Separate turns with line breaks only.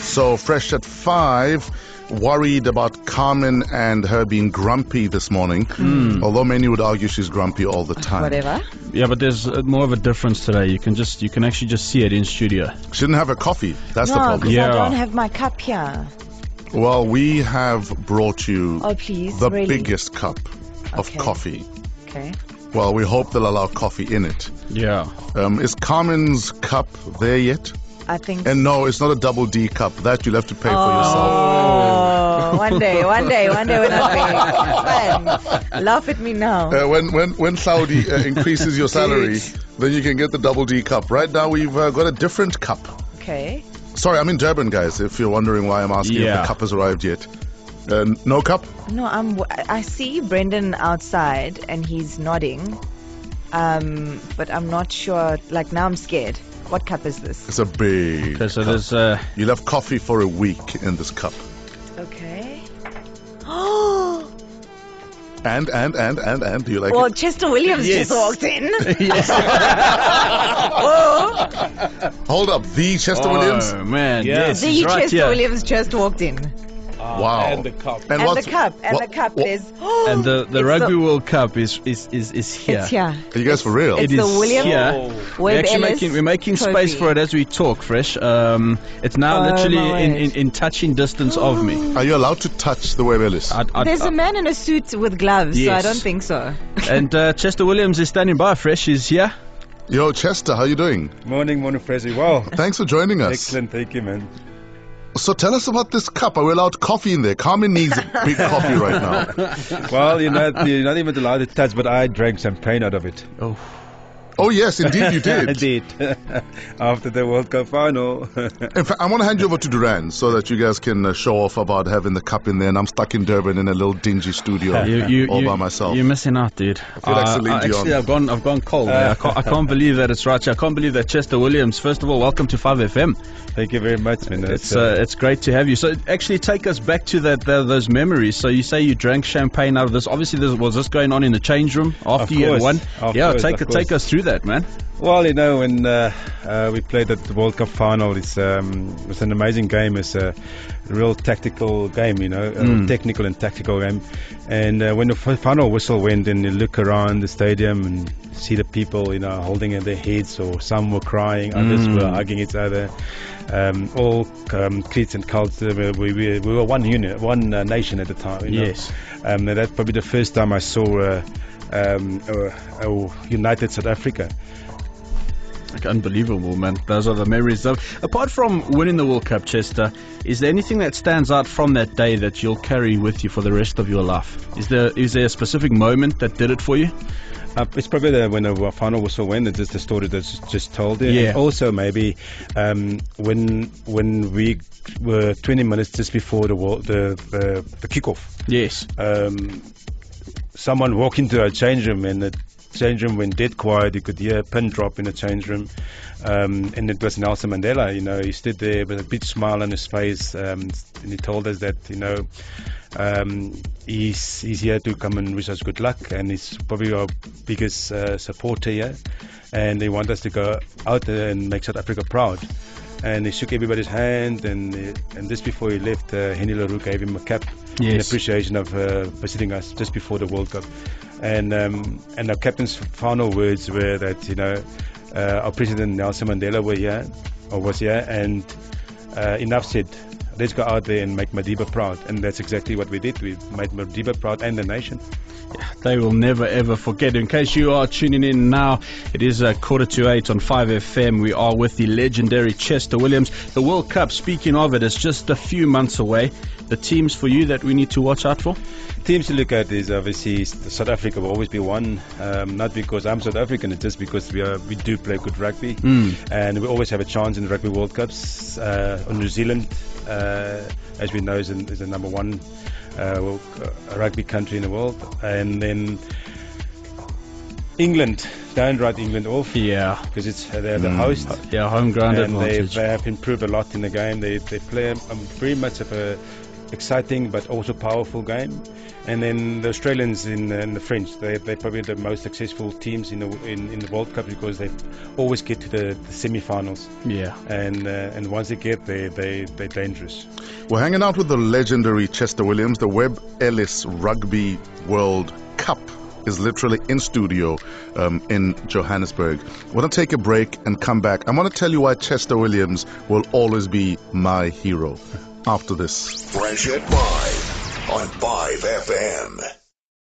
So, fresh at five, worried about Carmen and her being grumpy this morning. Although many would argue she's grumpy all the time.
Hmm. Whatever.
Yeah, but there's uh, more of a difference today. You can just you can actually just see it in studio.
She didn't have her coffee. That's the
no,
problem.
because I
Yeah.
don't have my cup here.
Well, we have brought you
Oh, please.
the
really?
biggest cup of
Okay.
coffee.
Okay.
Well, we hope they'll allow coffee in it.
Yeah.
Um, is Carmen's cup there yet?
I think.
And no, it's not a double D cup. That you'll have to pay for yourself.
Oh, one day, one day, one day when I'm big. Fun. Laugh at me now.
Uh, when when when Saudi uh, increases your salary, then you can get the double D cup. Right now, we've uh, got a different cup.
Okay.
Sorry, I'm in Durban, guys. If you're wondering why I'm asking if
Yeah.
the cup has arrived yet, uh, n- no cup.
No, I'm. w- I I see Brendan outside and he's nodding, um, but I'm not sure. Like now, I'm scared. What cup is this?
It's a big.
Okay, so there's uh,
You'll have coffee for a week in this cup.
Okay. Oh.
And and and and and. Do you like
Well,
it?
Chester Williams
Yes.
just walked in. Oh, Whoa.
Hold up, the Chester
oh,
Williams.
man,
Yeah.
yes,
The
he's right
Chester
here.
Williams just walked in.
Oh.
Wow.
And the cup.
And, the
what's-
cup. And
what-
the cup
what-
is.
And the, the
It's
Rugby
the-
World Cup is is is, is here.
It's here.
Are you guys for real?
It's
It
the
is
Williams
here.
Oh.
We're
Webb
actually
Ellis
making we're making space
trophy.
for it as we talk, Fresh. Um, it's now
Oh, my
literally in, in,
word.
in touching distance of me. uh,
Are you allowed to touch the Web Ellis?
I, I,
There's
I-
a man in a suit with gloves, so I
Yes.
don't think so.
and uh, Chester Williams is standing by. Fresh is here.
Yo, Chester, how you doing?
Morning, morning, Frezzy. Wow.
Thanks for joining us.
Excellent. Thank you, man.
So tell us about this cup. Are we allowed coffee in there? Carmen needs a big coffee right now.
Well, you're not, you're not even allowed to touch, but I drank champagne out of it.
Oh yes, indeed you
I
did.
did. After the World Cup final.
In fact, I want to hand you over to Duran so that you guys can uh, show off about having the cup in there. And I'm stuck in Durban in a little dingy studio
You, you,
all
you,
by myself.
You're missing out, dude. Uh,
feel like Celine Dion.
actually, I've gone, I've gone cold.
Uh,
man. I, can't, I can't believe that it's right. here. I can't believe that Chester Williams. First of all, welcome to Five FM.
Thank you very much, man.
It's uh, it's great to have you. So actually, take us back to that tho- those memories. So you say you drank champagne out of this. Obviously, this was this going on in the change room after
Of
you had
course,
won.
of
yeah,
course,
take
of
take
course.
us through that, man.
Well, you know, when uh, uh, we played at the World Cup final, it's um, it's an amazing game. It's a real tactical game, you know, a real technical and tactical game. And uh, when the fi- final whistle went, and you look around the stadium and see the people, you know, holding their heads, or some were crying, others were hugging each other. Um, all um, creeds and cults, uh, we, we, we were one unit, one uh, nation at the time. You know?
Yes.
Um, and that's probably the first time I saw. Uh, um, uh, uh, United South Africa.
Like, unbelievable, man. Those are the memories. Of, apart from winning the World Cup, Chester, is there anything that stands out from that day that you'll carry with you for the rest of your life? Is there is there a specific moment that did it for you?
Uh, it's probably the, when the final whistle went. It's just the story that's just told. there.
Yeah.
And also maybe um, when when we were 20 minutes just before the wo- the uh, the kickoff,
Yes.
um, someone walked into a change room and the change room went dead quiet. You could hear a pin drop in the change room, um, and it was Nelson Mandela. You know, he stood there with a big smile on his face, um, and he told us that you know. Um, he's he's here to come and wish us good luck, and he's probably our biggest uh, supporter here. And they want us to go out there and make South Africa proud. And he shook everybody's hand, and uh, and just before he left, uh, Henny LaRue gave him a cap in
Yes.
appreciation of uh, visiting us just before the World Cup. And um, and our captain's final words were that you know uh, our president Nelson Mandela were here or was here, and uh, enough said. Let's go out there and make Madiba proud, and that's exactly what we did. We made Madiba proud and the nation.
They will never ever forget. In case you are tuning in now, it is a quarter to eight on 5FM. We are with the legendary Chester Williams. The World Cup, speaking of it, is just a few months away. The teams for you that we need to watch out for?
Teams to look at is obviously South Africa will always be one, um, not because I'm South African, it's just because we are we do play good rugby, and we always have a chance in the Rugby World Cups. Uh, New Zealand, uh, as we know, is, an, is the number one uh, wo- uh, rugby country in the world, and then England, downright England off
Yeah.
because it's they're the host
Yeah, home ground
and uh, they,
advantage.
they have improved a lot in the game. They, they play um, very um, much of a exciting but also powerful game. And then the Australians and, and the French, they, they're probably the most successful teams in the, in, in the World Cup because they always get to the, the semi finals.
Yeah.
And, uh, and once they get there, they, they're dangerous.
We're hanging out with the legendary Chester Williams. The Webb Ellis Rugby World Cup is literally in studio um, in Johannesburg. We're going to take a break and come back. I'm going to tell you why Chester Williams will always be my hero after this.
Fresh at 5 on 5 FM.